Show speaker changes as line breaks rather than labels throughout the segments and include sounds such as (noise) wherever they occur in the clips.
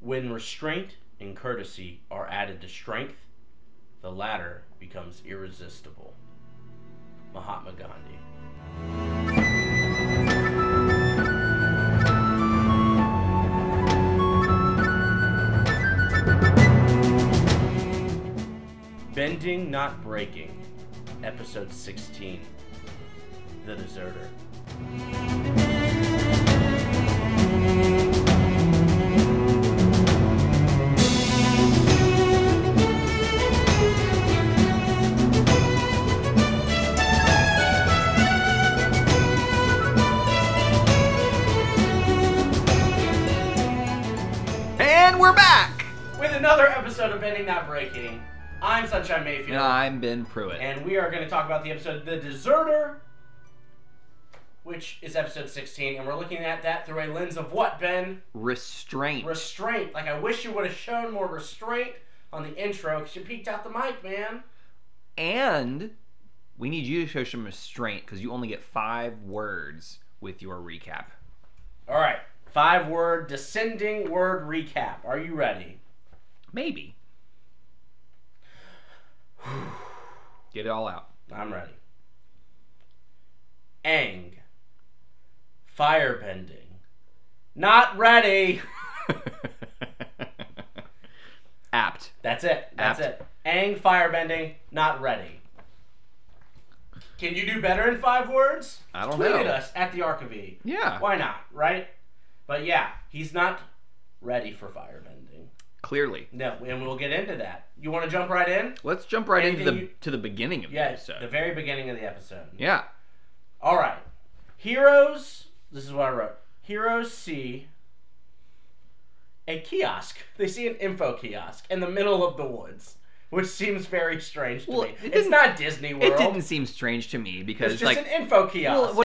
When restraint and courtesy are added to strength, the latter becomes irresistible. Mahatma Gandhi. Bending, Not Breaking, Episode 16 The Deserter.
And we're back!
With another episode of Bending, Not Breaking, I'm Sunshine Mayfield.
And I'm Ben Pruitt.
and we are going to talk about the episode The Deserter, which is episode 16, and we're looking at that through a lens of what, Ben?
Restraint.
Restraint. Like, I wish you would have shown more restraint on the intro because you peeked out the mic, man.
and we need you to show some restraint because you only get five words with your recap.
All right. Five word descending word recap. Are you ready?
Maybe. (sighs) Get it
(laughs)
all out.
I'm ready. Ang. Firebending. Not ready. (laughs)
Apt.
That's it. That's
Apt.
it. Ang firebending, not ready. Can you do better in five words?
I don't
Tweet at
know.
us at the Archivy.
Yeah.
Why not, right? But yeah, he's not ready for firebending.
Clearly.
No, and we'll get into that. You want to jump right in?
Let's jump right into the
Anything you-
to the beginning of the
Yeah,
episode.
the very beginning of the episode.
yeah.
All right. Heroes, this is what I wrote. Heroes see a kiosk. (laughs) They see an info kiosk in the middle of the woods, which seems very strange to
Well,
me.
it
It's
didn't-
not Disney World.
It didn't seem strange to me because
It's just
like
an info kiosk.
Well, what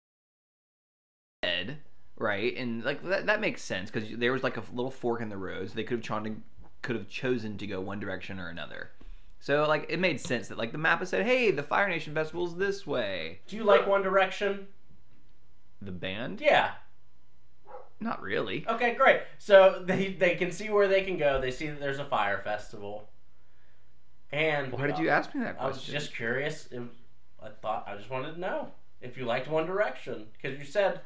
Ed, right? And like that, that makes sense because there was like a little fork in the road, so they could have chosen could have chosen to go one direction or another. So like it made sense that like the map said, "Hey, the Fire Nation festival's this way."
Do you like One Direction?
The band?
Yeah. Oh
Not really.
Okay, great. So they they can see where they can go. They see that there's a fire festival. And
Why did you ask me that
I was
question?
just curious. If, I thought I just wanted to know if you liked One Direction because you said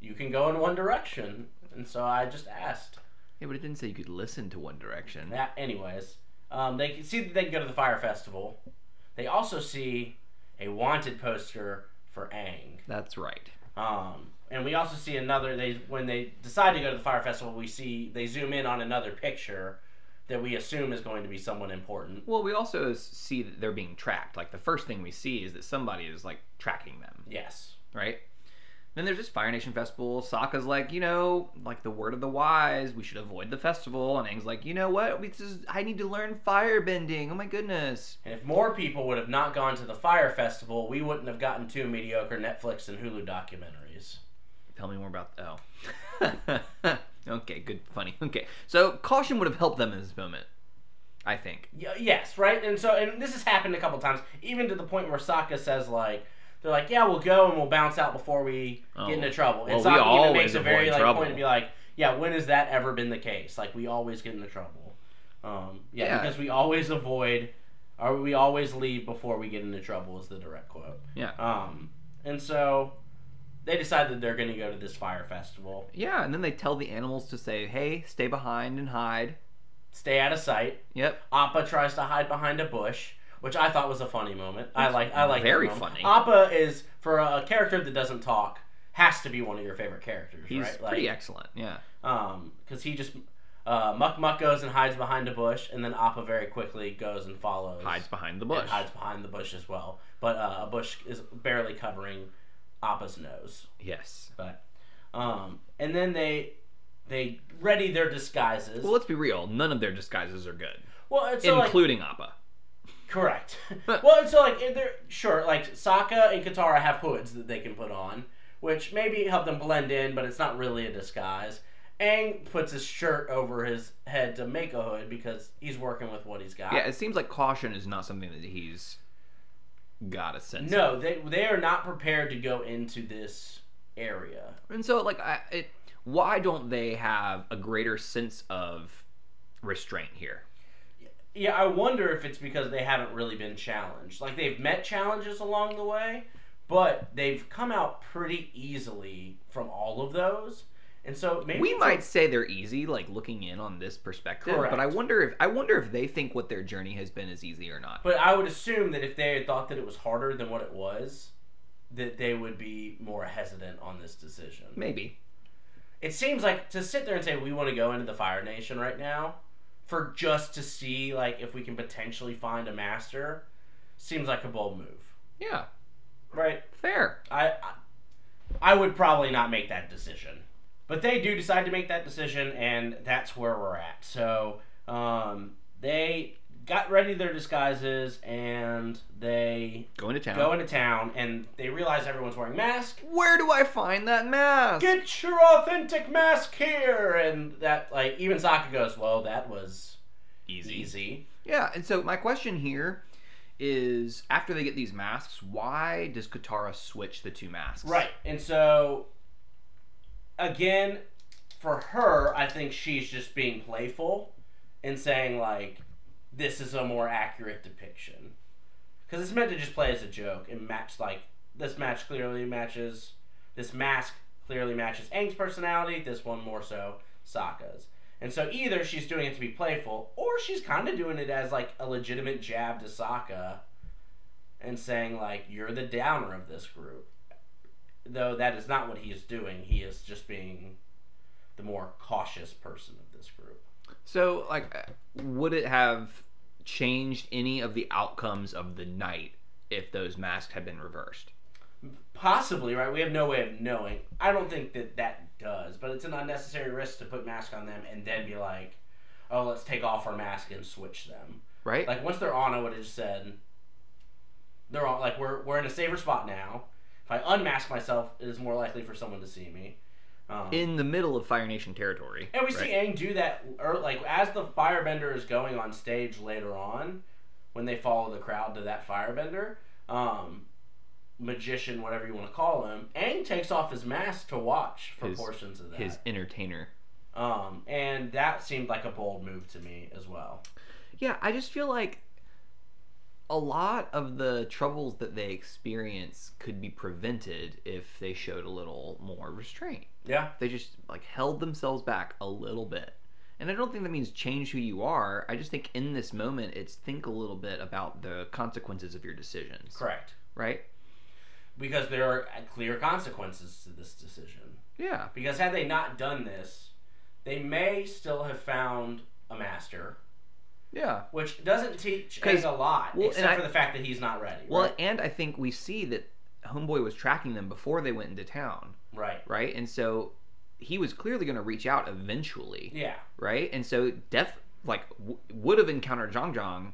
you can go in one direction, and so I just asked.
Yeah, but it didn't say you could listen to One Direction.
That, anyways, um, they can see that they can go to the fire festival. They also see a wanted poster for Aang.
That's right.
Um, and we also see another. They when they decide to go to the fire festival, we see they zoom in on another picture that we assume is going to be someone important.
Well, we also s- see that they're being tracked. Like the first thing we see is that somebody is like tracking them.
Yes.
right? Then there's this Fire Nation festival. Sokka's like, you know, like the word of the wise, we should avoid the festival. And Aang's like, you know what? We just, I need to learn firebending. Oh my goodness.
And if more people would have not gone to the Fire Festival, we wouldn't have gotten two mediocre Netflix and Hulu documentaries.
Tell me more about. Oh. (laughs) okay, good, funny. (laughs) Okay, so caution would have helped them in this moment, I think.
Y- yes, right? And so, and this has happened a couple times, even to the point where Sokka says, like, they're like, yeah, we'll go and we'll bounce out before we
Oh.
get into trouble. And
Well, we
Sokka even
always
makes a very,
avoid
like,
trouble.
point to be like, yeah, when has that ever been the case? Like, we always get into trouble. Um, yeah,
Yeah.
because we always avoid, or we always leave before we get into trouble, is the direct quote.
Yeah.
Um, and so they decide that they're going to go to this fire festival.
Yeah, and then they tell the animals to say, hey, stay behind and hide.
stay out of sight.
Yep.
Appa tries to hide behind a bush, which I thought was a funny moment. I like I like that
very
moment.
funny.
Appa is for a character that doesn't talk has to be one of your favorite characters,
He's
right?
pretty excellent. Yeah.
um cuz he just uh, Muck Muck goes and hides behind a bush and then Appa very quickly goes and follows.
Hides behind the
and
bush.
hides behind the bush as well. But uh, a bush is barely covering Appa's nose.
Yes.
But um and then they they ready their disguises.
Well, let's be real. None of their disguises are good,
well it's so like,
including Appa.
Correct.
(laughs)
(laughs) well, and so like if they're sure, like Sokka and Katara have hoods that they can put on, which maybe help them blend in, but it's not really a disguise. Aang puts his shirt over his head to make a hood because he's working with what he's got.
Yeah, it seems like caution is not something that he's got a sense. of.
No, they they are not prepared to go into this area.
And so, like, I, it, why don't they have a greater sense of restraint here.
Yeah, I wonder if it's because they haven't really been challenged. Like they've met challenges along the way, but they've come out pretty easily from all of those. And so maybe
we
it's
might say they're easy, like looking in on this perspective. But I
Correct.
wonder if I wonder if they think what their journey has been is easy or not.
But I would assume that if they had thought that it was harder than what it was, that they would be more hesitant on this decision.
Maybe.
It seems like to sit there and say we want to go into the Fire Nation right now for just to see like if we can potentially find a master seems like a bold move.
Yeah.
Right?
Fair.
I I, I would probably not make that decision. But they do decide to make that decision and that's where we're at. So, um they got ready their disguises and they
Going to town.
go into town and they realize everyone's wearing masks.
Where do I find that mask?
Get your authentic mask here, and that like even Sokka goes, "Well, that was easy."
Yeah, and so my question here is after they get these masks, why does Katara switch the two masks?
Right, and so again, for her, I think she's just being playful and saying like, "This is a more accurate depiction," because it's meant to just play as a joke and match like this match clearly matches this mask clearly matches Aang's personality. This one more so Sokka's. And so either she's doing it to be playful, or she's kind of doing it as like a legitimate jab to Sokka, and saying like you're the downer of this group though that is not what he is doing. He is just being the more cautious person of this group.
So, like, uh, would it have changed any of the outcomes of the night if those masks had been reversed?
Possibly, right? We have no way of knowing. I don't think that that does, but it's an unnecessary risk to put mask on them and then be like, oh, let's take off our mask and switch them.
Right?
Like once they're on, I would have just said, they're on. Like we're we're in a safer spot now. If I unmask myself, it is more likely for someone to see me. Um,
in the middle of Fire Nation territory.
And we
right?
see Aang do that, or like as the firebender is going on stage later on, when they follow the crowd to that firebender, um, magician, whatever you want to call him, Aang takes off his mask to watch for
His-
portions of that.
his entertainer.
Um, and that seemed like a bold move to me as well.
Yeah, I just feel like a lot of the troubles that they experience could be prevented if they showed a little more restraint.
Yeah,
they just like held themselves back a little bit and i don't think that means change who you are i just think in this moment it's think a little bit about the consequences of your decisions
correct.
right
Because there are clear consequences to this decision.
yeah
Because had they not done this, they may still have found a master.
yeah
which doesn't teach
'Cause-
Aang a lot,
well,
except
and I-
for the fact that he's not ready.
well
right?
and i think we see that homeboy was tracking them before they went into town
right?
right and so he was clearly going to reach out eventually
Yeah,
right and so def like w- would have encountered zhang zhang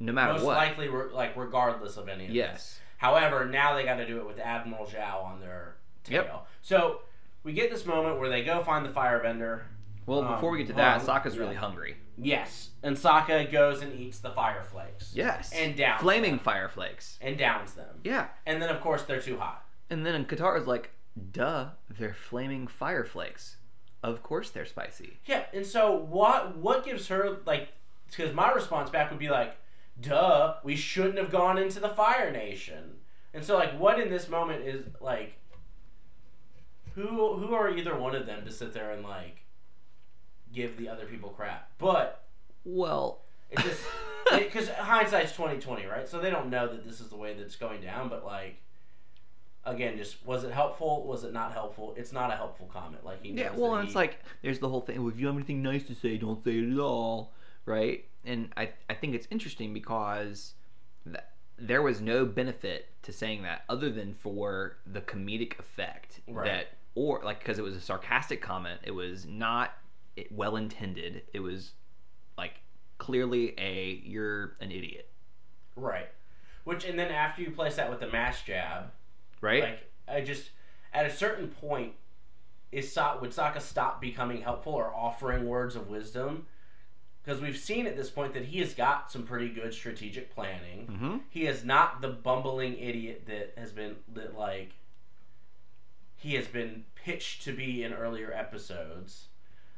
no matter
most
what
likely, re- like regardless of any of this.
yes
However, now they got to do it with Admiral Zhao on their tail.
Yep.
So we get this moment where they go find the Firebender.
well
Um,
before we get to
hold
that
on.
Sokka's
Yeah.
really hungry
Yes, and Sokka goes and eats the fire flakes.
Yes.
And down.
Flaming fire flakes.
and downs them.
Yeah.
And then of course they're too hot.
And then Katara's like, duh, they're flaming fire flakes. Of course they're spicy.
Yeah, and so what? What gives her like? Because my response back would be like, "Duh, we shouldn't have gone into the Fire Nation." And so, like, what in this moment is like? Who who are either one of them to sit there and like give the other people crap? But
Well,
it just because hindsight's twenty twenty, right? So they don't know that this is the way that's going down. But like, again, just was it helpful? Was it not helpful? It's not a helpful comment. Like he knows
yeah, well,
that
and it's
he-
like, there's the whole thing. Well, if you have anything nice to say, don't say it at all. Right? And I, I think it's interesting because th- there was no benefit to saying that other than for the comedic effect
Right.
that, or like, because it was a sarcastic comment, it was not well intended. It was like clearly a you're an idiot,
Right. Which and then after you place that with the mass jab,
right?
like I just at a certain point is Sa- would Sokka stop becoming helpful or offering words of wisdom? Because we've seen at this point that he has got some pretty good strategic planning.
mm-hmm.
He is not the bumbling idiot that has been that like he has been pitched to be in earlier episodes.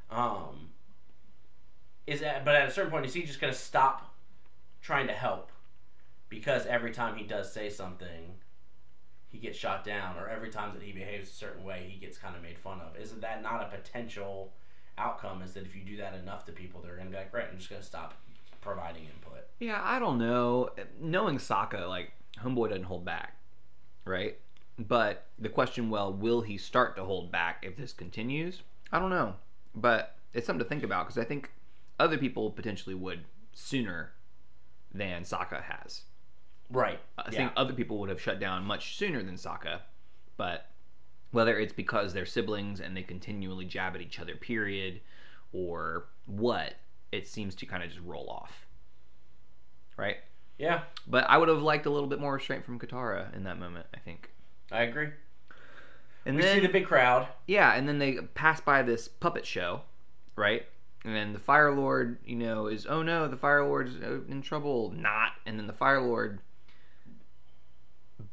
Um is at, but at a certain point, is he just gonna stop trying to help because every time he does say something, he gets shot down, or every time that he behaves a certain way, he gets kind of made fun of. Isn't that not a potential outcome? Is that if you do that enough to people, they're gonna be like, right, I'm just gonna stop providing input.
Yeah, I don't know. Knowing Sokka, like Homeboy doesn't hold back, right? But the question, well, will he start to hold back if this continues? I don't know, but it's something to think about because I think other people potentially would sooner than Sokka has.
Right.
I
yeah.
think other people would have shut down much sooner than Sokka, but whether it's because they're siblings and they continually jab at each other, period, or what, it seems to kind of just roll off. Right?
yeah,
But I would have liked a little bit more restraint from Katara in that moment, I think.
I agree.
And
We
then
see the big crowd.
yeah, and then they pass by this puppet show, right? And then the Fire Lord, you know, is oh no, the Fire Lord's uh, in trouble, not. And then the Fire Lord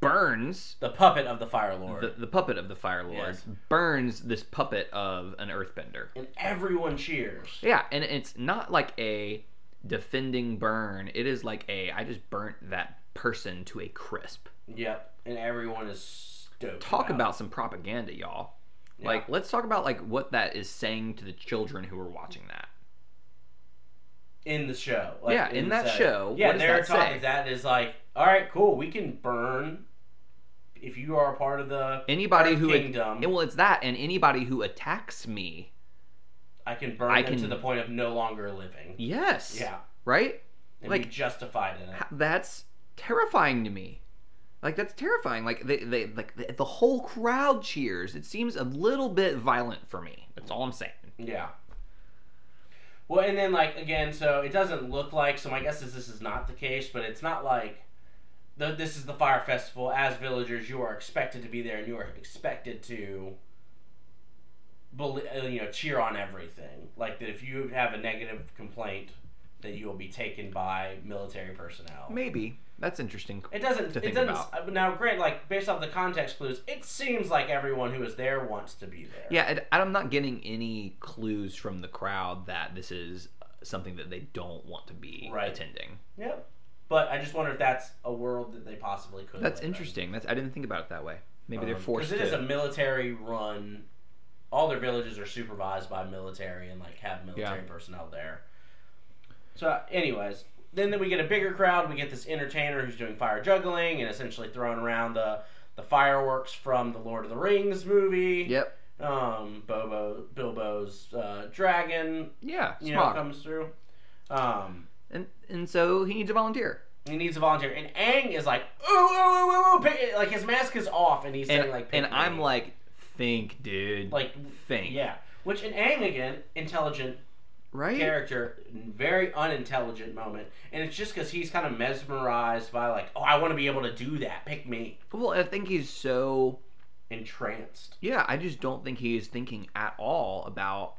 burns
The puppet of the Fire Lord.
the, the puppet of the Fire Lord
Yes.
burns this puppet of an Earthbender.
and everyone cheers.
Yeah, and it's not like a defending burn. It is like a I just burnt that person to a crisp.
Yep. And everyone is stoked.
Talk
about
about some propaganda, y'all.
Yeah.
Like let's talk about like what that is saying to the children who are watching that.
it. in the show. Like,
Yeah, in that
the-
show,
Yeah,
what does
their
that
talk
say?
of that is like, all right, cool. We can burn if you are a part of the
Anybody
Earth
who
kingdom.
well, it's that and anybody who attacks me.
I can burn
I
them to
can-
the point of no longer living.
Yes.
Yeah,
Right?
and be
Like-
justified in it.
Ha- That's terrifying to me. Like that's terrifying. Like they, they like the, the whole crowd cheers. It seems a little bit violent for me. That's all I'm saying.
Yeah. Well, and then like again, so it doesn't look like. So my guess is this is not the case, but it's not like. The, this is the fire festival. As villagers, you are expected to be there, and you are expected to, bel- uh, you know, cheer on everything. Like that, if you have a negative complaint, that you will be taken by military personnel.
Maybe that's interesting.
It doesn't.
to
it
think
doesn't.
about.
uh, Now, granted, like based off the context clues, it seems like everyone who is there wants to be there.
Yeah, and I'm not getting any clues from the crowd that this is something that they don't want to be
Right.
attending.
Yep. But I just wonder if that's a world that they possibly could.
That's
live in.
interesting. That's I didn't think about it that way. Maybe they're
Um,
forced
it
to.
is a military run. All their villages are supervised by military and like have military personnel there. So, anyways, then then we get a bigger crowd. We get this entertainer who's doing fire juggling and essentially throwing around the the fireworks from the Lord of the Rings movie.
Yep.
Um, Bobo Bilbo's uh, dragon,
Yeah.
you know,
Smog.
comes through. Um,
and and so he needs a volunteer.
He needs a volunteer, and Aang is like, ooh, ooh, ooh, ooh, ooh, pick, like his mask is off, and he's saying
And,
like, pick
and
me.
I'm like, think, dude.
like,
think.
yeah. Which in Aang again, intelligent
Right.
character, very unintelligent moment, and it's just because he's kind of mesmerized by like, oh, I want to be able to do that, pick me,
Well, I think he's so
entranced.
Yeah, I just don't think he is thinking at all about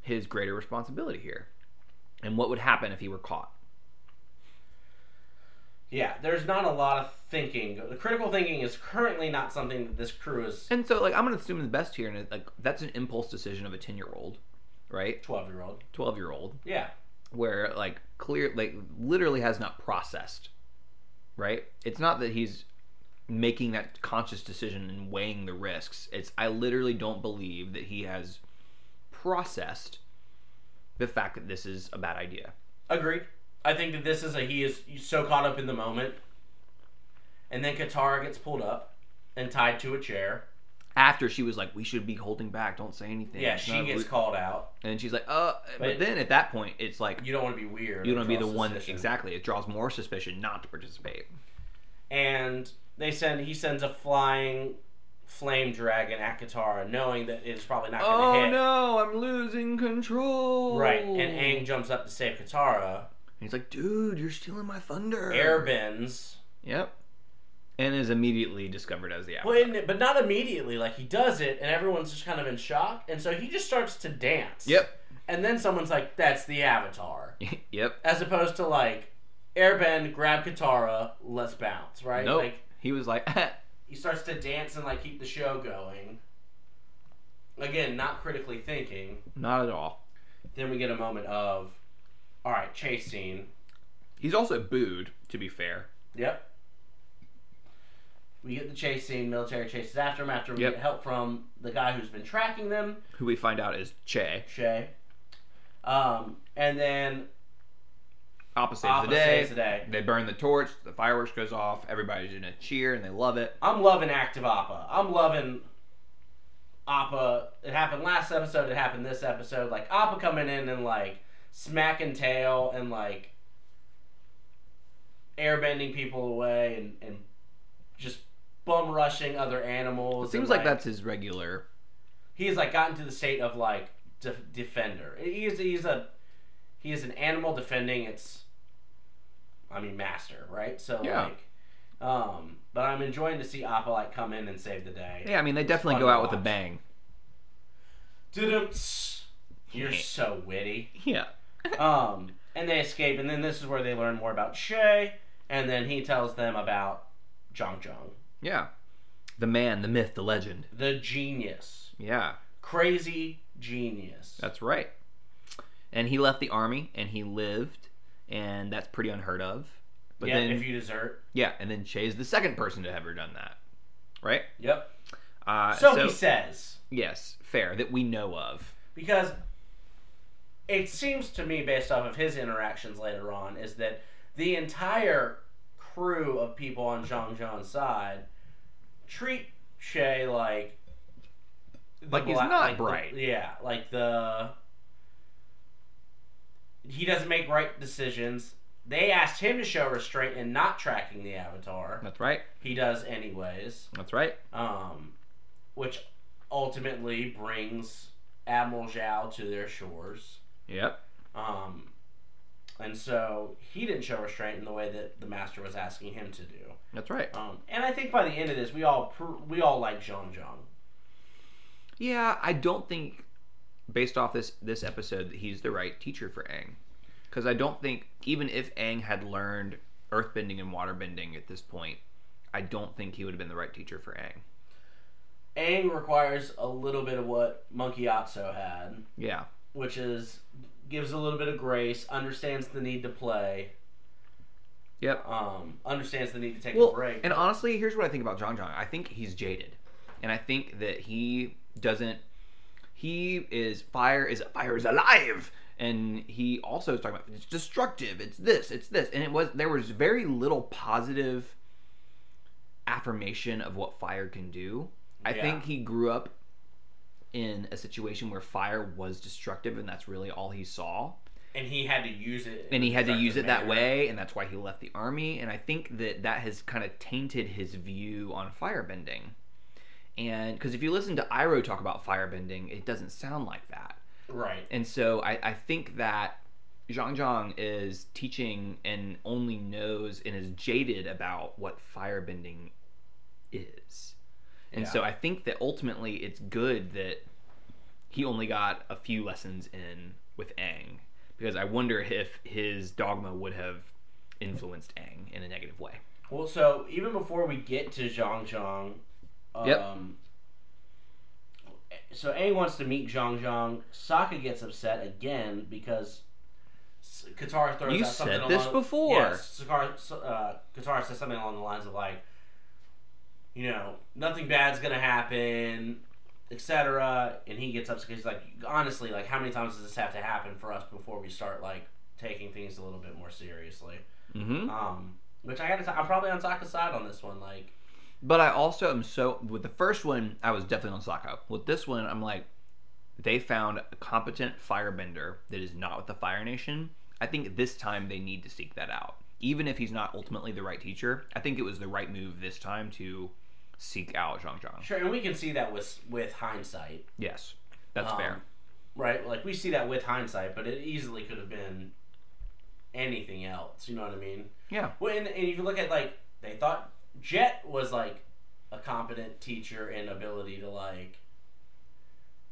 his greater responsibility here and what would happen if he were caught.
Yeah, there's not a lot of thinking. The critical thinking is currently not something that this crew is
And so, like, I'm going to assume the best here, and it- like, that's an impulse decision of a 10 year old, right?
twelve year old.
12 year old,
Yeah,
where, like, clear, like, literally has not processed, right? It's not that he's making that conscious decision and weighing the risks. It's, I literally don't believe that he has processed the fact that this is a bad idea.
Agreed. I think that this is a he is so caught up in the moment, and then Katara gets pulled up and tied to a chair.
after she was like, "We should be holding back. Don't say anything."
Yeah,
It's
she
not-
gets called out.
and she's like, "Uh,"
But-
but then at that point, it's like
You don't want to be weird.
you
or
don't be the
draw
one
suspicion.
exactly. It draws more suspicion not to participate.
And they send he sends a flying flame dragon at Katara, knowing that it's probably not going to
Oh
hit.
no, I'm losing control.
Right, and Aang jumps up to save
(clears throat)
Katara.
he's like, "Dude, you're stealing my thunder."
Airbends,
Yep. And is immediately discovered as the
well,
avatar.
in, but not immediately. Like he does it, and everyone's just kind of in shock, and so he just starts to dance.
Yep. (laughs)
And then someone's like, "That's the Avatar."
yep.
as opposed to like airbend grab katara let's bounce right
Nope.
like
he was like, (laughs)
he starts to dance and like keep the show going again not critically thinking
"Not at all."
Then we get a moment of, all right, chase scene.
He's also booed, to be fair.
Yep. We get the chase scene. Military chases after him. After we
Yep.
get help from the guy who's been tracking them,
Who we find out is Che.
Shay. Um, and then
Opposite,
Opposite
of
saves
the
the
day.
day.
They burn the torch. The fireworks goes off. Everybody's in a cheer and they love it.
I'm loving active Appa. I'm loving Appa. It happened last episode. It happened this episode. Like Appa coming in and like smacking tail and like airbending people away and, and just bum rushing other animals.
It seems
and,
like that's his regular.
he's like gotten to the state of like de- defender. He is he's a he is an animal defending its I mean master, right? So
Yeah.
like um but I'm enjoying to see Appa like come in and save the day.
Yeah, I mean they definitely
fun
go
to
out with a
watch.
bang.
Didn't s- You're so witty.
Yeah.
Um and they escape and then this is where they learn more about Shay and then he tells them about Zhang Zhang,
Yeah. The man, the myth, the legend.
the genius.
Yeah,
Crazy genius.
that's right. And he left the army and he lived, and that's pretty unheard of. But
yeah,
then
if you desert.
yeah, and then Che's the second person to ever done that, right?
Yep.
Uh,
So, he says.
yes, fair that we know of.
because it seems to me based off of his interactions later on is that the entire crew of people on Zhang Zhang's side treat Shay like the
Like he's
bla-
not
the-
bright.
yeah, like the he doesn't make right decisions. They asked him to show restraint in not tracking the avatar.
That's right.
He does anyways
That's right.
um, which ultimately brings Admiral Zhao to their shores.
Yep.
Um, and so he didn't show restraint in the way that the master was asking him to do.
That's right.
Um, and I think by the end of this, we all pr- we all like Zhang Zhang.
Yeah, I don't think based off this this episode that he's the right teacher for Aang. Cuz I don't think even if Aang had learned earthbending and waterbending at this point, I don't think he would have been the right teacher for Aang.
Aang requires a little bit of what Monkey Atso had,
Yeah.
which is gives a little bit of grace, understands the need to play,
Yep.
um, understands the need to take a
Well,
break.
and honestly, here's what I think about John John. I think he's jaded. And I think that he doesn't he is fire is fire is alive and he also is talking about it's destructive it's this it's this and it was there was very little positive affirmation of what fire can do i
Yeah.
think he grew up in a situation where fire was destructive and that's really all he saw
and he had to use it. in
and
a
he had to use it
constructive
that
manner.
way and that's why he left the army and i think that that has kind of tainted his view on firebending and because if you listen to iroh talk about firebending it doesn't sound like that
Right.
and so I, I think that Zhang Zhang is teaching and only knows and is jaded about what firebending is. And so I think that ultimately it's good that he only got a few lessons in with Aang because I wonder if his dogma would have influenced Aang in a negative way.
Well, so even before we get to Zhang Zhang, um,
Yep.
so Aang wants to meet Zhang Zhang. Sokka gets upset again because S- Katara throws
You
out something
said this
along,
before.
Yes, Sokka- so- uh, Katara says something along the lines of like, you know, nothing bad's gonna happen, etc. And he gets upset 'cause he's like, honestly, like, how many times does this have to happen for us before we start like taking things a little bit more seriously?
Mm-hmm.
Um, which I gotta, I'm probably on Sokka's side on this one. Like,
But I also am so with the first one, I was definitely on Sokka. With this one, I'm like, they found a competent firebender that is not with the Fire Nation. I think this time they need to seek that out. Even if he's not ultimately the right teacher, I think it was the right move this time to seek out Zhang Zhang.
sure, and we can see that with with hindsight,
Yes, that's
Um,
fair.
right? Like, we see that with hindsight, but it easily could have been anything else. You know what I mean?
Yeah,
Well, and, and if you look at like they thought Jet was like a competent teacher and ability to like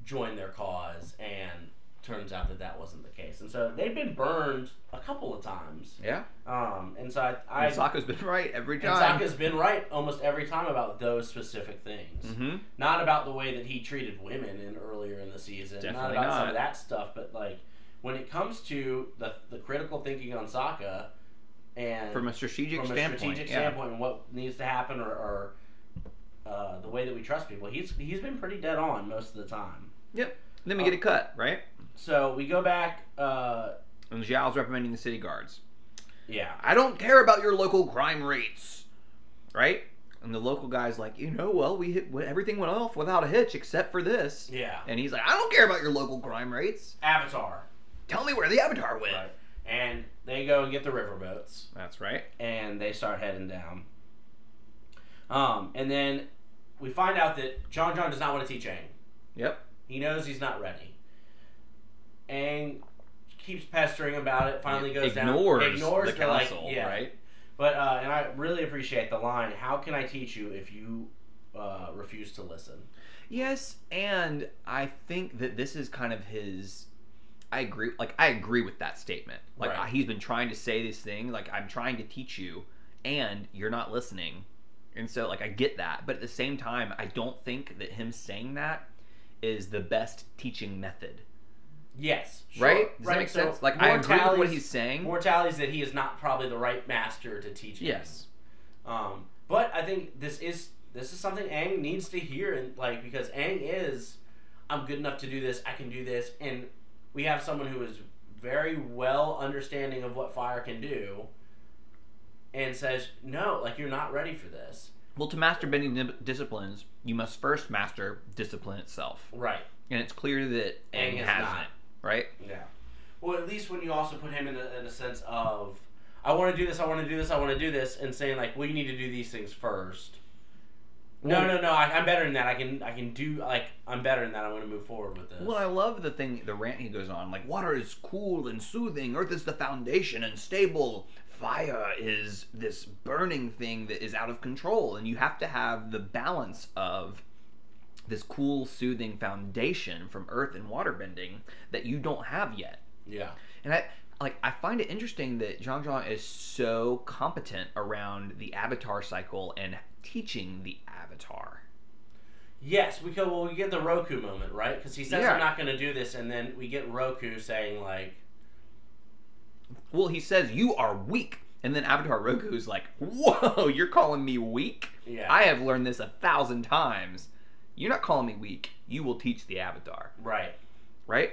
join their cause, and turns out that that wasn't the case, and so they've been burned a couple of times.
yeah.
Um, and so I, I
And Sokka's been (laughs) right every
And
time.
Sokka's been right almost every time about those specific things.
mm-hmm.
Not about the way that he treated women in earlier in the season.
Definitely
not about some
not.
of that stuff, but like when it comes to the, the critical thinking on Sokka and
from a strategic
from a
standpoint.
strategic
yeah.
standpoint and what needs to happen or, or uh, the way that we trust people, he's he's been pretty dead on most of the time.
Yep. Then we get a cut, right?
So we go back. Uh,
And Zhao's recommending the city guards.
yeah,
I don't care about your local crime rates, right? And the local guy's like, you know, well, we hit, everything went off without a hitch except for this.
yeah.
And he's like, I don't care about your local crime rates.
Avatar.
Tell me where the Avatar went.
Right. And they go and get the riverboats.
That's right.
and they start heading down. Um, and then we find out that John John does not want to teach Aang.
Yep.
He knows he's not ready. Aang keeps pestering about it. Finally goes
ignores
down, ignores
the
they're like,
council,
yeah.
right?
But uh, and I really appreciate the line. How can I teach you if you uh, refuse to listen?
Yes, and I think that this is kind of his. I agree. Like I agree with that statement. Like
Right.
I- he's been trying to say this thing. Like I'm trying to teach you, and you're not listening. And so, like I get that, but at the same time, I don't think that him saying that is the best teaching method.
Yes, sure.
Right? Does that make
so
sense? Like I agree with what
Mortali's-
he's saying.
Mortali's that he is not probably the right master to teach. Aang.
yes.
Um, but I think this is this is something Aang needs to hear, and like because Aang is, I'm good enough to do this. I can do this, and we have someone who is very well understanding of what fire can do, and says, no, like you're not ready for this.
Well, to master bending di- disciplines, you must first master discipline itself,
Right.
and it's clear that
Aang
Aang
is
hasn't.
not.
Right.
Yeah. Well, at least when you also put him in a, in a sense of, I want to do this, I want to do this, I want to do this, and saying like, well, you need to do these things first. No, no, no. I, I'm better than that. I can, I can do like I'm better than that. I want to move forward with this.
Well, I love the thing, the rant he goes on. Like, water is cool and soothing. Earth is the foundation and stable. Fire is this burning thing that is out of control. And you have to have the balance of this cool, soothing foundation from earth and water bending that you don't have yet.
yeah.
And I like I find it interesting that Zhang Zhang is so competent around the avatar cycle and teaching the avatar.
Yes, we go. Well, we get the Roku moment, right? Because he says,
Yeah.
"I'm not going to do this," and then we get Roku saying, "Like,
Well, he says you are weak, and then Avatar Roku's like, "Whoa, (laughs) you're calling me weak?
yeah,
I have learned this a thousand times. You're not calling me weak. You will teach the Avatar,
right,
right?"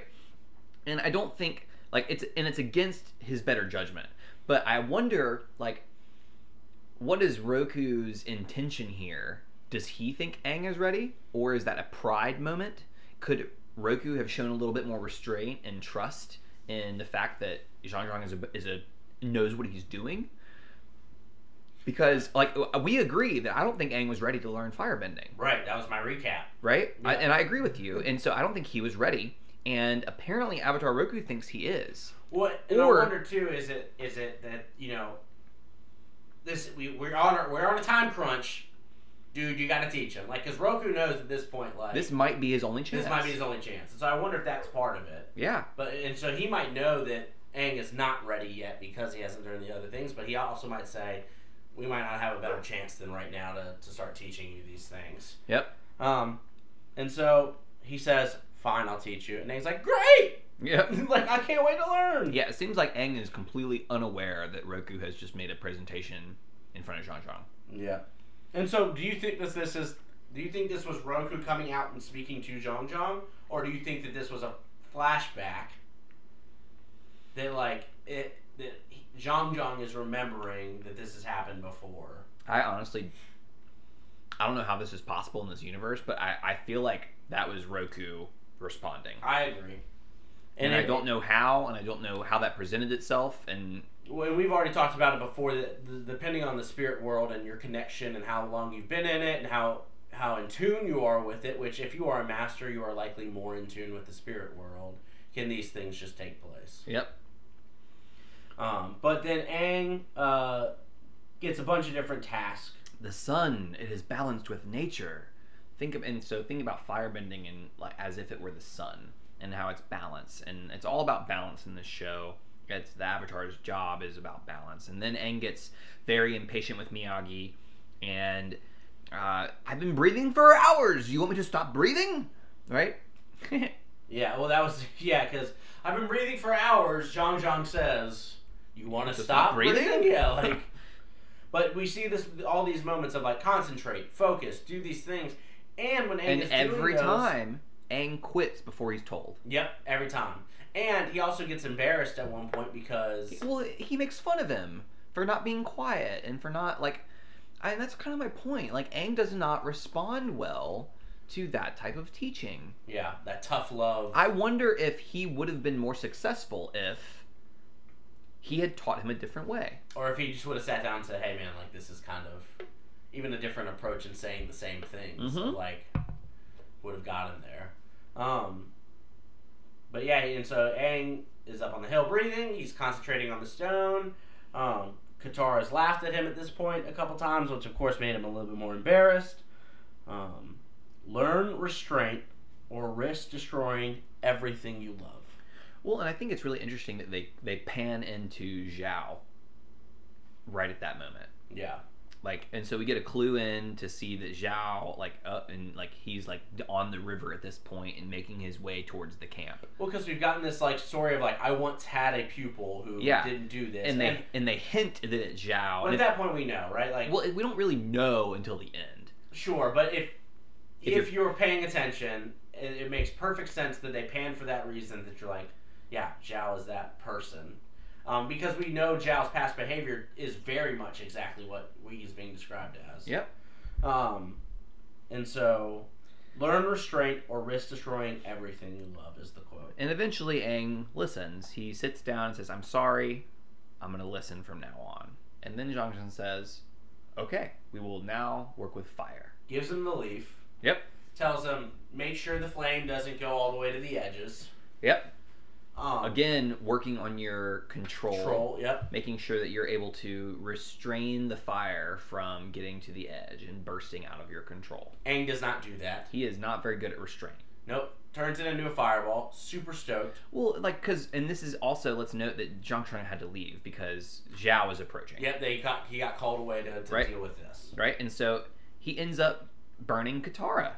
And I don't think like it's and it's against his better judgment, but I wonder like, what is Roku's intention here? Does he think Aang is ready, or is that a pride moment? Could Roku have shown a little bit more restraint and trust in the fact that Zhang Zhang is a, is a knows what he's doing? Because like we agree that I don't think Aang was ready to learn firebending,
right." That was my recap.
right? I,
Yeah.
and I agree with you, and so I don't think he was ready. And apparently, Avatar Roku thinks he is.
What and
Or-
I wonder too is it is it that you know this we we're on our, we're on a time crunch, dude. You got to teach him, like, because Roku knows at this point, like,
This might be his only chance.
this might be his only chance. And so I wonder if that's part of it.
yeah.
But and so he might know that Aang is not ready yet because he hasn't done the other things, but he also might say, We might not have a better chance than right now to, to start teaching you these things.
Yep.
Um and so he says, Fine, I'll teach you and Aang's like, Great! (laughs)
Yep. (laughs)
like I can't wait to learn.
Yeah, it seems like Aang is completely unaware that Roku has just made a presentation in front of Zhang Zhang.
Yeah. And so do you think that this is do you think this was Roku coming out and speaking to Zhang Zhang? Or do you think that this was a flashback that like it that he- Zhang Zhang is remembering that this has happened before?
I honestly, I don't know how this is possible in this universe, but I, I feel like that was Roku responding.
I agree.
And, I
it-
don't know how, and I don't know how that presented itself, and
Well, we've already talked about it before. That th- depending on the spirit world and your connection and how long you've been in it and how how in tune you are with it, which if you are a master, you are likely more in tune with the spirit world. Can these things just take place?
yep,
Um, but then Aang uh, gets a bunch of different tasks.
the sun it is balanced with nature. Think of and so think about firebending and like as if it were the sun and how it's balance and it's all about balance in this show. It's the Avatar's job is about balance, and then Aang gets very impatient with Miyagi, and (laughs) uh, I've been breathing for hours. You want me to stop breathing, right?
Yeah, well, that was (laughs) yeah, because I've been breathing for hours. Zhang Zhang says, "You want to
Just
stop
stop breathing?"
breathing?
(laughs)
Yeah, like. but we see this all these moments of like concentrate, focus, do these things, and when Aang
And
is doing
every
those-
time, Aang quits before he's told.
Yep, every time. And he also gets embarrassed at one point because
Well, he makes fun of him for not being quiet and for not like, I, and that's kind of my point. Like Aang does not respond well to that type of teaching.
yeah, that tough love.
I wonder if he would have been more successful if he had taught him a different way.
Or if he just would have sat down and said, "Hey, man, like this is kind of even a different approach in saying the same thing." So
Mhm.
like, would have got him there. Um, but yeah, and so Aang is up on the hill breathing. He's concentrating on the stone. Um, Katara's laughed at him at this point a couple times, which of course made him a little bit more embarrassed. Um, learn restraint or risk destroying everything you love.
Well, and I think it's really interesting that they they pan into Zhao right at that moment.
Yeah.
Like, and so we get a clue in to see that Zhao like up and like he's like d- on the river at this point and making his way towards the camp.
Well, because we've gotten this like story of like I once had a pupil who
Yeah.
didn't do this,
And they and they hint that it's Zhao.
but at
and
that point we know, right? Like,
if- well, we don't really know until the end.
sure, but if
If
if, you're, paying attention, it, it makes perfect sense that they pan for that reason. That you're like, yeah, Zhao is that person, um, because we know Zhao's past behavior is very much exactly what we is being described as.
Yep.
Um, and so, learn restraint or risk destroying everything you love is the quote.
And eventually, Aang listens. He sits down and says, "I'm sorry. I'm gonna listen from now on." And then Zhang says, "Okay, we will now work with fire."
Gives him the leaf.
Yep.
tells him make sure the flame doesn't go all the way to the edges.
Yep.
Um,
Again, working on your control,
troll. Yep.
making sure that you're able to restrain the fire from getting to the edge and bursting out of your control.
Aang does not do that.
He is not very good at restraint.
Nope. Turns it into a fireball. Super stoked.
Well, like, cause, and this is also let's note that Zhang Shuang had to leave because Zhao is approaching.
Yep. They got he got called away to, to
Right.
deal with this.
Right, and so he ends up burning Katara.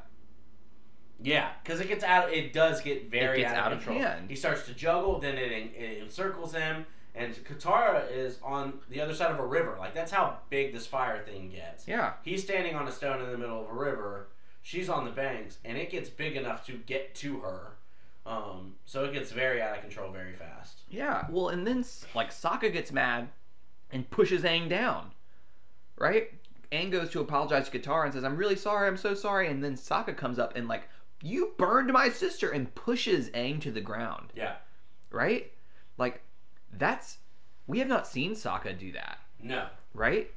Yeah, because it gets out. It does get very
gets
out,
out
of
of
control.
hand.
He starts to juggle. Then it, en- it encircles him. And Katara is on the other side of a river. Like that's how big this fire thing gets.
Yeah.
He's standing on a stone in the middle of a river. She's on the banks, and it gets big enough to get to her. Um, so it gets very out of control very fast.
Yeah. Well, and then s- like Sokka gets mad and pushes Aang down. Right? Aang goes to apologize to Katara and says, "I'm really sorry. I'm so sorry." And then Sokka comes up and like, "You burned my sister," and pushes Aang to the ground.
Yeah.
Right? Like, that's we have not seen Sokka do that.
No.
Right?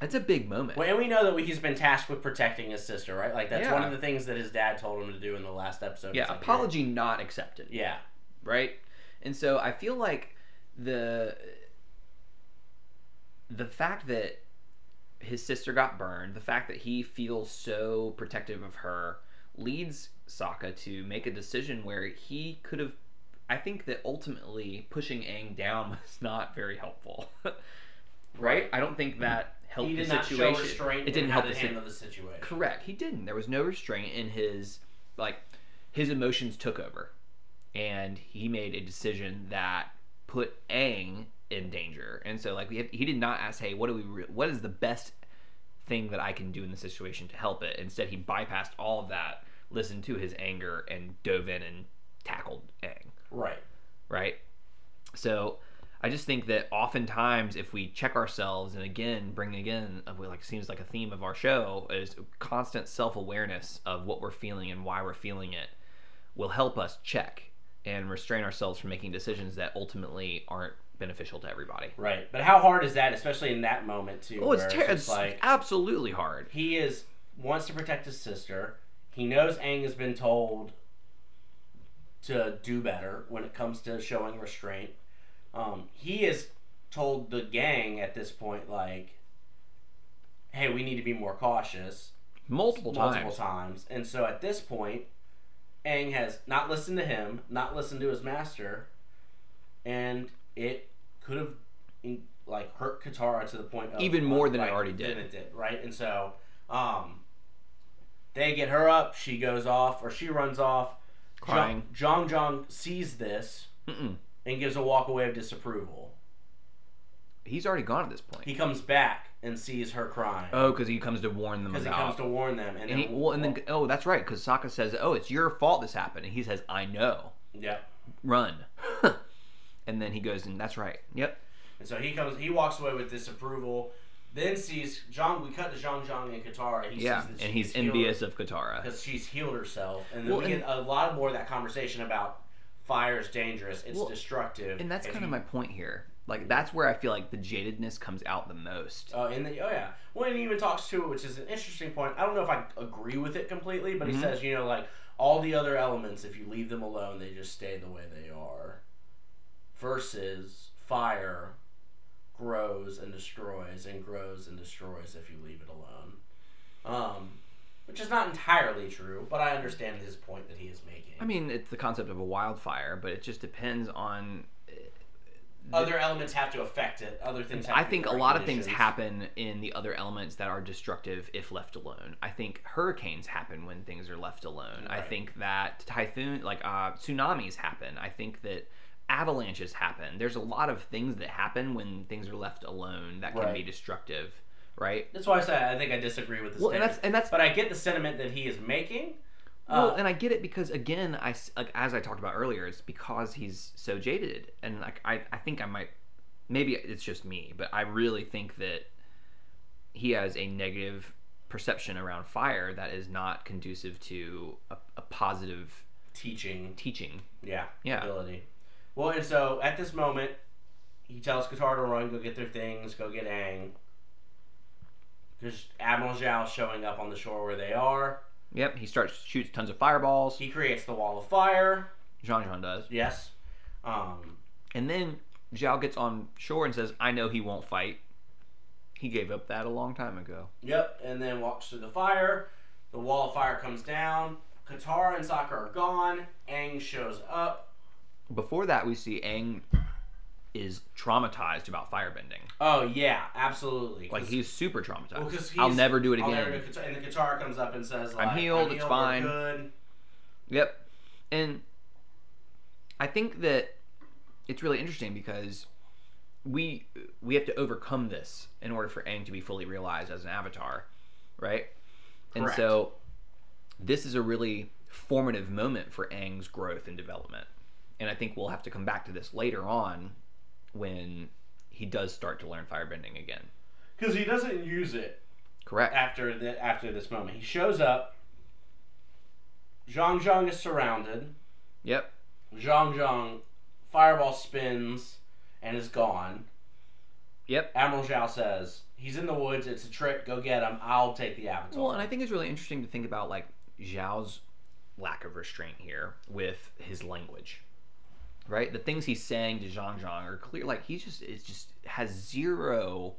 That's a big moment.
Well, and we know that he's been tasked with protecting his sister, right? Like that's
Yeah.
one of the things that his dad told him to do in the last episode. It's
yeah.
like,
Apology not accepted.
Yeah.
right? And so I feel like the the fact that his sister got burned, the fact that he feels so protective of her, leads Sokka to make a decision where he could have. I think that ultimately pushing Aang down (laughs) was not very helpful, (laughs) right? I don't think that helped
He did
the
not
situation.
show restraint.
it didn't
in
help
how to
the situation.
handle the situation.
Correct. He didn't. There was no restraint in his like his emotions took over. And he made a decision that put Aang in danger. And so like we have, he did not ask, "Hey, what do we re- what is the best thing that I can do in this situation to help it?" Instead, he bypassed all of that, listened to his anger and dove in and tackled Aang
Right.
right? So I just think that oftentimes if we check ourselves and again bring again uh, we like seems like a theme of our show is constant self-awareness of what we're feeling and why we're feeling it will help us check and restrain ourselves from making decisions that ultimately aren't beneficial to everybody.
Right. But how hard is that, especially in that moment too?
Oh, it's,
where
ter-
just
it's absolutely hard.
he is wants to protect his sister. He knows Aang has been told to do better when it comes to showing restraint. Um, he has told the gang at this point, like, "Hey, we need to be more cautious."
Multiple,
multiple
times.
times. And so at this point, Aang has not listened to him, not listened to his master, and it could have in- like hurt Katara to the point of
Even more than it
like,
already did.
Than it did, right? And so, um, they get her up. She goes off, or she runs off.
crying.
Zhang Zhang sees this
Mm-mm.
and gives a walk away of disapproval.
He's already gone at this point.
He comes back and sees her crying
oh, because he comes to warn them
because
about.
he comes to warn them. And,
and he,
then,
well, and then oh, that's right, because Sokka says, "Oh, it's your fault this happened," and he says, "I know,
yeah.
run." (laughs) and then he goes, and that's right. Yep.
And so he comes. He walks away with disapproval. Then sees Zhang. We cut to Zhang Zhang and Katara. He
Yeah,
sees that she's
and he's
healed
envious of Katara.
because she's healed herself. And then
Well,
we
and-
get a lot more of that conversation about fire's dangerous. It's
Well,
destructive.
And that's
if
kind of
you-
my point here. Like that's where I feel like the jadedness comes out the most.
Oh, and the, oh yeah. Well, and he even talks to it, which is an interesting point. I don't know if I agree with it completely, but
Mhm.
he says, you know, like all the other elements, if you leave them alone, they just stay the way they are. Versus fire grows and destroys and grows and destroys if you leave it alone. Um, which is not entirely true, but I understand his point that he is making.
I mean, it's the concept of a wildfire, but it just depends on.
other elements have to affect it. Other things. Have
I
to be
think
the
a
right
lot of things
conditions.
happen in the other elements that are destructive if left alone. I think hurricanes happen when things are left alone. I
Right.
think that typhoon, like uh, tsunamis, happen. I think that avalanches happen. There's a lot of things that happen when things are left alone that can be
Right.
destructive, right?
That's why I say I think I disagree with this.
Well, and that's and that's
but I get the sentiment that he is making.
Well,
Uh,
and I get it because again, I s- like as I talked about earlier, it's because he's so jaded, and like I, I think I might, maybe it's just me, but I really think that he has a negative perception around fire that is not conducive to a, a positive
teaching,
teaching.
yeah,
Yeah.
ability. Well, and so at this moment, he tells Katara to run, go get their things, go get Aang. There's Admiral Zhao showing up on the shore where they are.
Yep, he starts shoots tons of fireballs.
He creates the wall of fire.
Jean Jean does,
Yes. Um,
and then Zhao gets on shore and says, "I know he won't fight. He gave up that a long time ago."
Yep, and then walks through the fire. The wall of fire comes down. Katara and Sokka are gone. Aang shows up.
Before that, we see Aang is traumatized about firebending.
Oh yeah, absolutely.
Like
'Cause-
he's super traumatized.
well, 'cause
I'll
he's-
never do it
I'll
again.
never do it. and the Katara comes up and says, like,
healed, it's
we're
fine."
good."
Yep. And I think that it's really interesting because we we have to overcome this in order for Aang to be fully realized as an avatar, right? And
Correct.
so this is a really formative moment for Aang's growth and development. And I think we'll have to come back to this later on when he does start to learn firebending again.
Because he doesn't use it
Correct.
after the, after this moment. He shows up. Zhang Zhang is surrounded.
Yep.
Zhang Zhang, fireball spins and is gone.
Yep.
Admiral Zhao says, He's in the woods. It's a trick. Go get him. I'll take the avatar.
Well, and I think it's really interesting to think about like Zhao's lack of restraint here with his language. Right? The things he's saying to Zhang Zhang are clear like he's just it's just has zero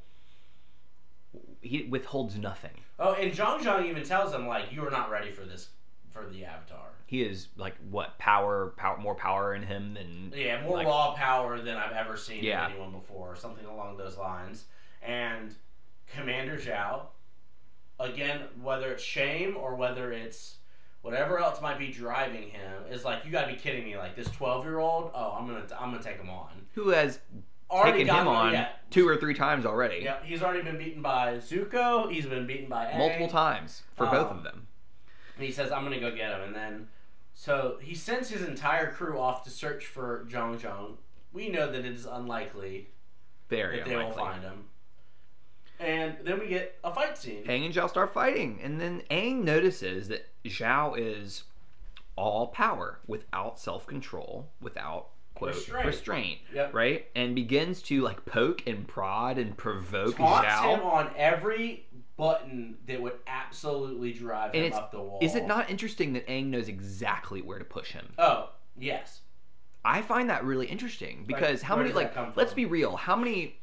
he withholds nothing.
oh, and Zhang Zhang even tells him, like, you are not ready for this, for the avatar.
He is like what power power more power in him than
Yeah, more
Like-
raw power than I've ever seen in
Yeah.
anyone before, or something along those lines. And Commander Zhao, again, whether it's shame or whether it's whatever else might be driving him, is like, you gotta be kidding me! Like this twelve-year-old, oh, I'm gonna, I'm gonna take him on.
who has
Already
taken
gotten-
him on
yeah,
two or three times already.
yeah, he's already been beaten by Zuko. He's been beaten by Aang.
Multiple times for both
Um,
of them.
And he says, I'm gonna go get him. And then, so he sends his entire crew off to search for Zhang Zhang. We know that it is unlikely
Very
that they will
unlikely.
find him. And then we get a fight scene.
Aang and Zhao start fighting, and then Aang notices that Zhao is all power, without self control, without quote restraint.
Restraint. Yep.
right? And begins to like poke and prod and provoke
Taunts
Zhao.
him on every button that would absolutely drive
And
him
it's-
up the wall.
Is it not interesting that Aang knows exactly where to push him?
Oh, yes.
I find that really interesting because how
where
many
does that
like
come
let's
from?
be real, how many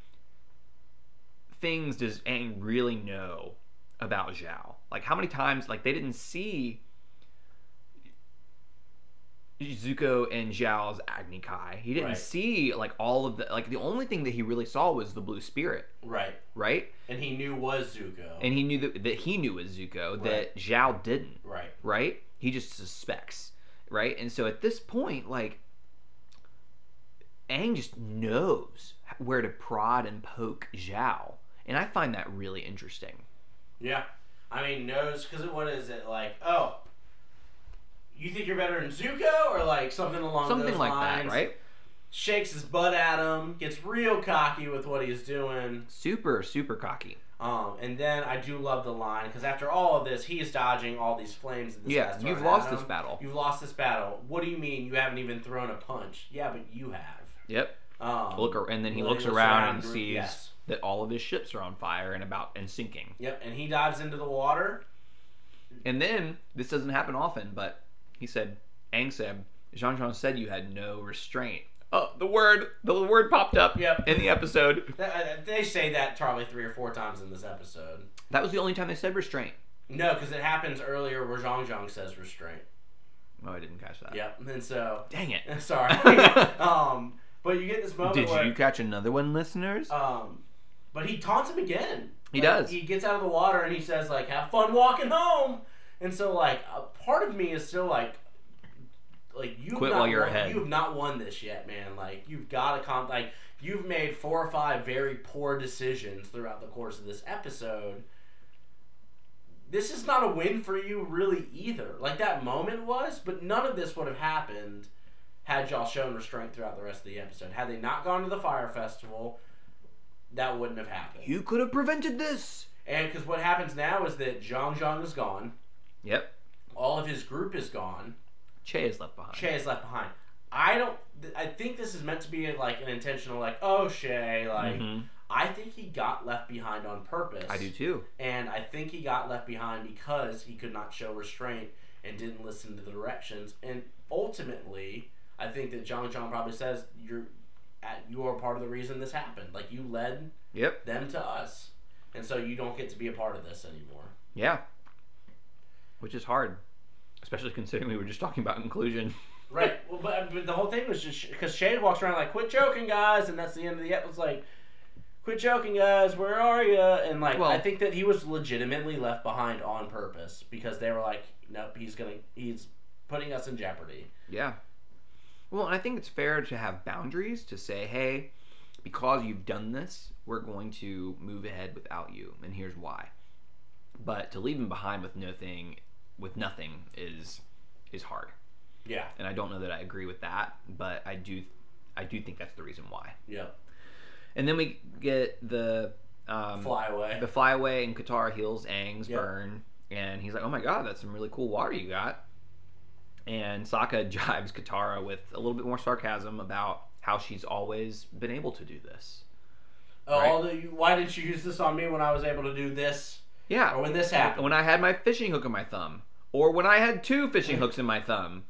things does Aang really know about Zhao? Like how many times like they didn't see Zuko and Zhao's Agni Kai. He didn't
Right.
see like all of the like the only thing that he really saw was the blue spirit,
Right.
right?
And he knew was Zuko.
And he knew that, that he knew was Zuko that Zhao didn't
right.
right? He just suspects. right? And so at this point, like, Aang just knows where to prod and poke Zhao, and I find that really interesting.
Yeah. I mean, knows because what is it like? Oh, you think you're better than Zuko or like something along
Something
those
like
lines?
that, right?
Shakes his butt at him, gets real cocky with what he's doing.
Super, super cocky.
Um, and then I do love the line because after all of this, he's dodging all these flames. That this
yeah,
guy's
you've
throwing at
lost this
him.
battle.
You've lost this battle. What do you mean you haven't even thrown a punch? Yeah, but you have.
Yep.
Um,
Look, ar- and then he
well,
looks around, and
gr-
sees
yes.
that all of his ships are on fire and about and sinking.
Yep, and he dives into the water.
And then this doesn't happen often, but he said, Aang said, Jean Jean said you had no restraint. Oh, the word, the word popped up
Yep.
in the episode.
Th- uh, They say that probably three or four times in this episode.
That was the only time they said restraint.
No, because it happens earlier where Zhang Zhang says restraint.
Oh, I didn't catch that.
Yep, and so (laughs)
Dang it. (laughs)
sorry. um, but you get this moment
Did
where,
you catch another one, listeners?
um, but he taunts him again.
He
Like,
does.
He gets out of the water and he says like, "Have fun walking home." And so like, a part of me is still like, like you
Quit
not
while you're
won,
ahead.
You've not won this yet, man. Like you've got to comp. Like you've made four or five very poor decisions throughout the course of this episode. This is not a win for you, really, either. Like that moment was, but none of this would have happened had y'all shown restraint throughout the rest of the episode. Had they not gone to the fire festival, that wouldn't have happened.
you could have prevented this.
And because what happens now is that Zhang Zhang is gone,
Yep.
all of his group is gone,
Che is left behind.
Shay is left behind. I don't. th- I think this is meant to be like an intentional, like, oh Shay, like
Mhm.
I think he got left behind on purpose.
I do too.
and I think he got left behind because he could not show restraint and didn't listen to the directions. And ultimately, I think that John John probably says you're at, you are part of the reason this happened. Like you led
Yep.
them to us, and so you don't get to be a part of this anymore.
Yeah. Which is hard, especially considering we were just talking about inclusion.
Right. Well, but, but the whole thing was just because Shade walks around like, "Quit joking, guys," and that's the end of the episode. Like, "Quit joking, guys. Where are you?" And like,
Well-
I think that he was legitimately left behind on purpose because they were like, "Nope, he's gonna, he's putting us in jeopardy."
Yeah. Well, and I think it's fair to have boundaries to say, hey, because you've done this, we're going to move ahead without you, and here's why. But to leave him behind with no thing, with nothing, is is hard,
Yeah.
and I don't know that I agree with that, but I do, I do think that's the reason why.
Yeah.
And then we get the um,
Fly away.
the flyaway and Katara heals Aang's
Yep.
burn, and he's like, "Oh my god, that's some really cool water you got." And Sokka (laughs) jibes Katara with a little bit more sarcasm about how she's always been able to do this.
Oh,
right.
although you, why didn't you use this on me when I was able to do this or
Yeah,
when this happened?
when I had my fishing hook in my thumb, or when I had two fishing hooks in my thumb,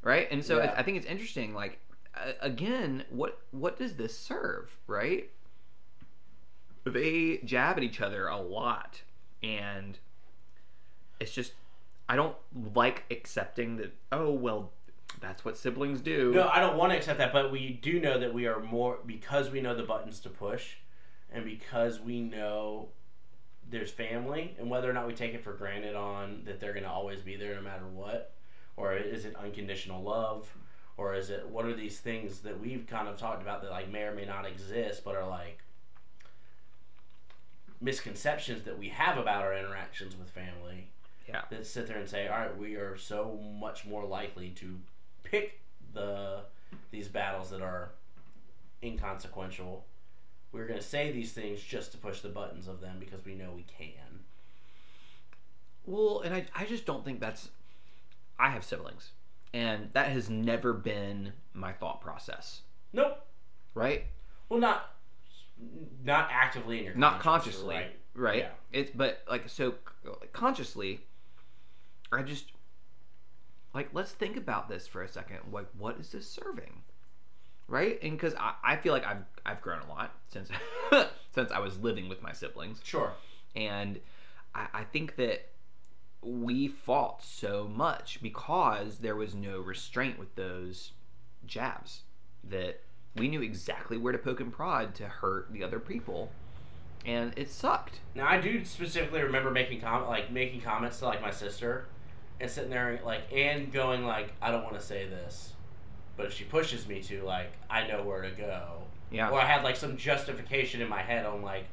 right? And so
Yeah.
it's, I think it's interesting. Like a- again, what what does this serve, right? They jab at each other a lot, and it's just I don't like accepting that. Oh well, that's what siblings do.
No, I don't want to accept that, but we do know that we are more because we know the buttons to push, and because we know there's family, and whether or not we take it for granted on that they're going to always be there no matter what, or is it unconditional love, or is it what are these things that we've kind of talked about that like may or may not exist, but are like misconceptions that we have about our interactions with family
Yeah.
that sit there and say, all right, we are so much more likely to pick the these battles that are inconsequential. We're going to say these things just to push the buttons of them because we know we can.
Well, and I, I just don't think that's. I have siblings, and that has never been my thought process,
Nope.
right?
Well, not not actively in your
not
conscience,
consciously right,
right? Yeah.
it's but like so consciously i just like let's think about this for a second like what is this serving right and because I, I feel like i've i've grown a lot since (laughs) since i was living with my siblings
Sure.
and I, I think that we fought so much because there was no restraint with those jabs that we knew exactly where to poke and prod to hurt the other people and it sucked
Now I do specifically remember making comment like making comments to like my sister and sitting there like and going like I don't want to say this, but if she pushes me to like I know where to go.
Yeah.
Or I had like some justification in my head on like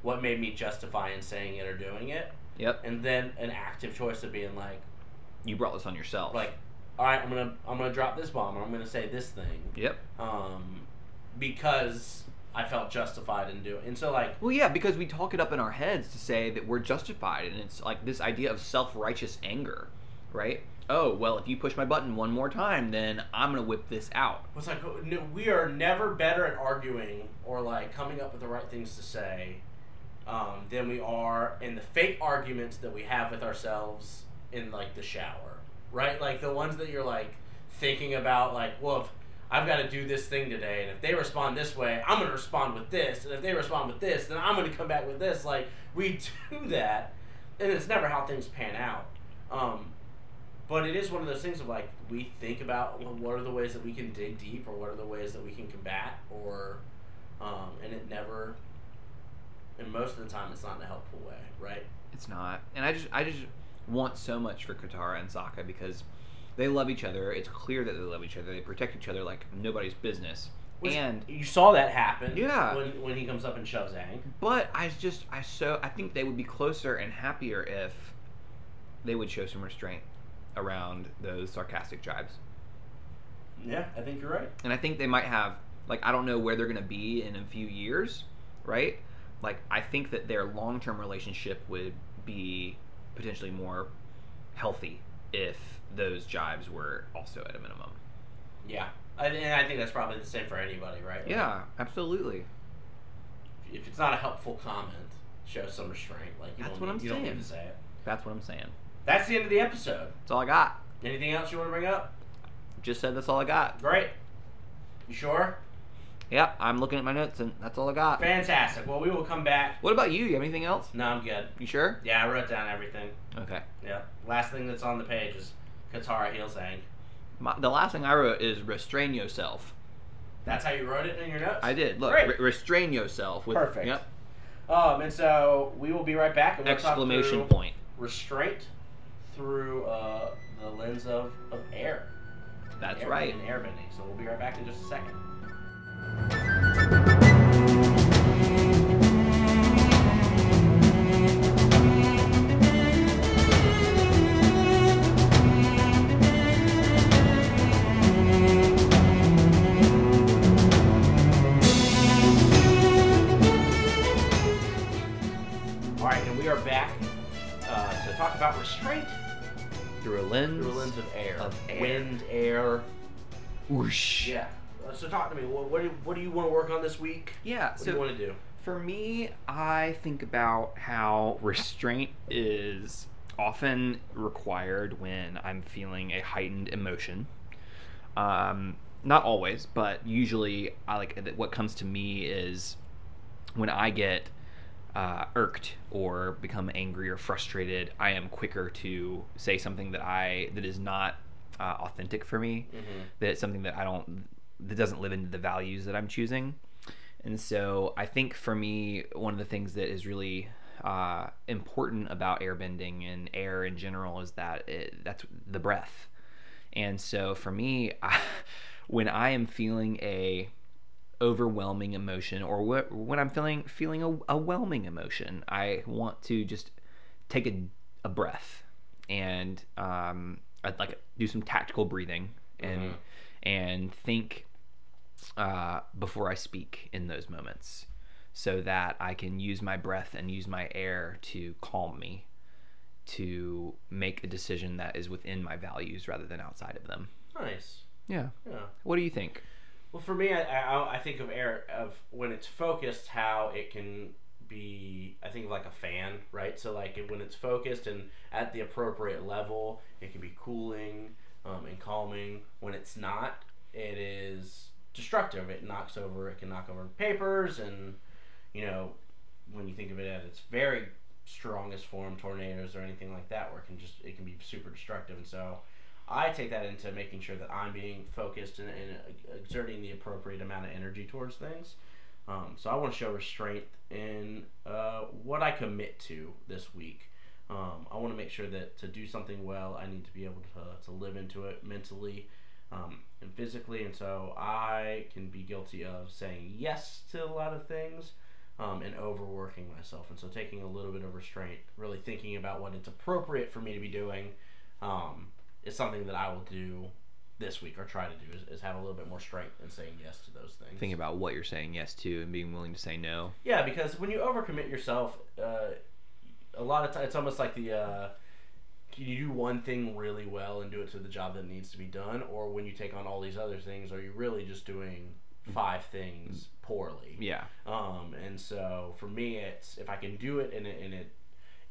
what made me justify in saying it or doing it,
Yep.
and then an active choice of being like
You brought this on yourself.
like all right I'm gonna I'm gonna drop this bomb or I'm gonna say this thing
Yep.
um because I felt justified in doing and so like
Well, yeah, because we talk it up in our heads to say that we're justified, and it's like this idea of self-righteous anger, right? Oh, well, if you push my button one more time, then I'm gonna whip this out.
It's like no, we are never better at arguing or like coming up with the right things to say um, than we are in the fake arguments that we have with ourselves in like the shower, right? Like the ones that you're like thinking about, like, well, if I've got to do this thing today, and if they respond this way, I'm gonna respond with this, and if they respond with this, then I'm gonna come back with this. Like we (laughs) do that, and it's never how things pan out. Um, but it is one of those things of like we think about well, what are the ways that we can dig deep or what are the ways that we can combat or um, and it never and most of the time it's not in a helpful way right
It's not, and I just, I just want so much for Katara and Sokka because they love each other. It's clear that they love each other. They protect each other like nobody's business.
Which-
and
you saw that happen
Yeah.
when, when he comes up and shoves Aang
but I just, I so, I think they would be closer and happier if they would show some restraint around those sarcastic jibes.
yeah I think you're right
and I think they might have like I don't know where they're going to be in a few years, right? Like I think that their long-term relationship would be potentially more healthy if those jibes were also at a minimum.
yeah I, and I think that's probably the same for anybody right
Yeah, absolutely.
if it's not a helpful comment show some restraint like you
That's
don't
what
need-
I'm
you don't
saying.
need to say it
That's what I'm saying.
that's the end of the episode
That's all I got.
anything else you want to bring up
Just said that's all I got.
great you sure
Yeah, I'm looking at my notes and that's all I got.
fantastic well we will come back
What about you? You have anything else?
no I'm good
You sure?
Yeah, I wrote down everything.
Okay.
Yeah. Last thing that's on the page is Katara heals Aang.
My, the last thing I wrote is restrain yourself.
That's how you wrote it in your notes?
I did. Look,
Great.
re- restrain yourself with
Perfect.
Yep.
Um, and so we will be right back. And we'll
Exclamation
talk through
point.
Restraint through uh, the lens of, of air.
That's
air
right.
And airbending. So we'll be right back in just a second. All right, and we are back uh, to talk about restraint
Through a lens.
through a lens of air,
Of air.
wind, air.
Whoosh.
Yeah. Uh, So talk to me. What what do, what do you want to work on this week?
Yeah,
What do you
So
want to do?
for me, I think about how restraint is often required when I'm feeling a heightened emotion. Um, not always, but usually, I like what comes to me is when I get uh, irked or become angry or frustrated, I am quicker to say something that I that is not uh, authentic for me. That it's something that I don't that doesn't live into the values that I'm choosing. And so I think for me, one of the things that is really uh, important about airbending and air in general is that it, that's the breath. And so for me, (laughs) I, when I am feeling a overwhelming emotion or wh- when I'm feeling feeling a, a whelming emotion, I want to just take a, a breath and um, I'd like do some tactical breathing and and think uh, before I speak in those moments so that I can use my breath and use my air to calm me to make a decision that is within my values rather than outside of them.
Nice.
Yeah.
Yeah.
What do you think?
Well, for me, I, I, I think of air of when it's focused, how it can be. I think of like a fan, right? So like when it's focused and at the appropriate level, it can be cooling um, and calming. When it's not, it is destructive. It knocks over. It can knock over papers, and you know, when you think of it at its very strongest form, tornadoes or anything like that, where it can just it can be super destructive. And so, I take that into making sure that I'm being focused and, and exerting the appropriate amount of energy towards things. Um, so I want to show restraint in uh, what I commit to this week. Um, I want to make sure that to do something well, I need to be able to, to live into it mentally um, and physically. And so I can be guilty of saying yes to a lot of things um, and overworking myself. And so taking a little bit of restraint, really thinking about what it's appropriate for me to be doing, um, is something that I will do this week or try to do is, is have a little bit more strength in saying yes to those things.
Think about what you're saying yes to and being willing to say no.
Yeah, because when you overcommit yourself, uh, a lot of times it's almost like the uh, you do one thing really well and do it to the job that needs to be done, or when you take on all these other things, are you really just doing five things poorly?
Yeah.
Um, and so for me, it's if I can do it and it, and it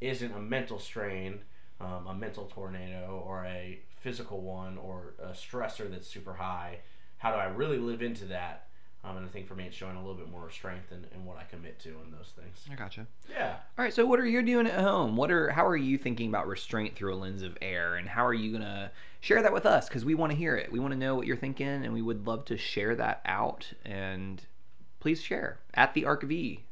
isn't a mental strain, um, a mental tornado, or a physical one, or a stressor that's super high, how do I really live into that? Um, and I think for me, it's showing a little bit more strength in, in what I commit to in those things.
I gotcha.
Yeah.
All right. So, what are you doing at home? What are how are you thinking about restraint through a lens of air, and how are you gonna share that with us? Because we want to hear it. We want to know what you're thinking, and we would love to share that out. And please share at the Arc of E.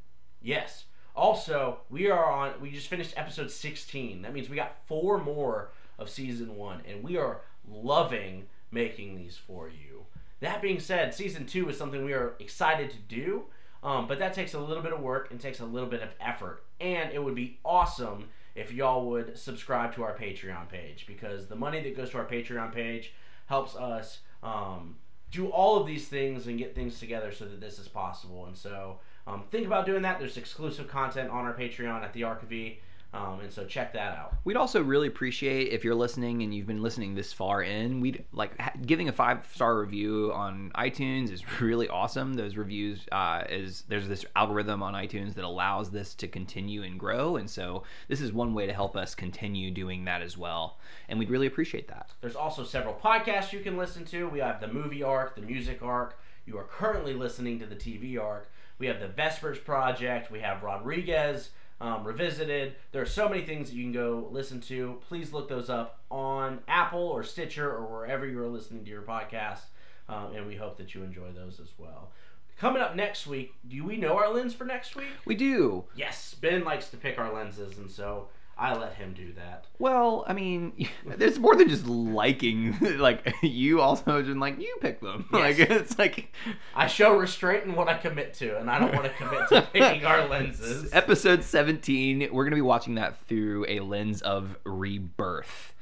Yes. Also, we are on. We just finished episode 16. That means we got four more of season one, and we are loving making these for you. That being said, season two is something we are excited to do, um, but that takes a little bit of work and takes a little bit of effort. And it would be awesome if y'all would subscribe to our Patreon page because the money that goes to our Patreon page helps us um, do all of these things and get things together so that this is possible. And so um, think about doing that. There's exclusive content on our Patreon at the Archivy. Um, and so check that out.
We'd also really appreciate if you're listening and you've been listening this far in. We'd like ha- giving a five star review on iTunes is (laughs) really awesome. Those reviews uh, is there's this algorithm on iTunes that allows this to continue and grow, and so this is one way to help us continue doing that as well. And we'd really appreciate that.
There's also several podcasts you can listen to. We have the movie arc, the music arc. You are currently listening to the TV arc. We have the Vespers Project. We have Rodriguez um, Revisited. There are so many things that you can go listen to. Please look those up on Apple or Stitcher or wherever you are listening to your podcast. Um, and we hope that you enjoy those as well. Coming up next week, do we know our lens for next week?
We do.
Yes, Ben likes to pick our lenses, and so I let him do that.
Well, I mean, (laughs) there's more than just liking. (laughs) Like you also have been like you pick them.
Yes.
Like it's like
I show restraint in what I commit to, and I don't want to commit to picking our lenses.
episode 17. We're gonna be watching that through a lens of rebirth,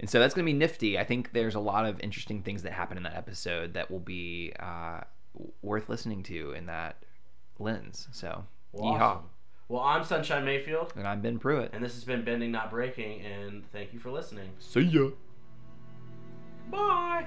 and so that's gonna be nifty. I think there's a lot of interesting things that happen in that episode that will be uh, w- worth listening to in that lens. So,
Well,
yeehaw.
awesome. Well, I'm Sunshine Mayfield,
And I've been Pruitt.
and this has been Bending Not Breaking, and thank you for listening.
See ya.
Bye!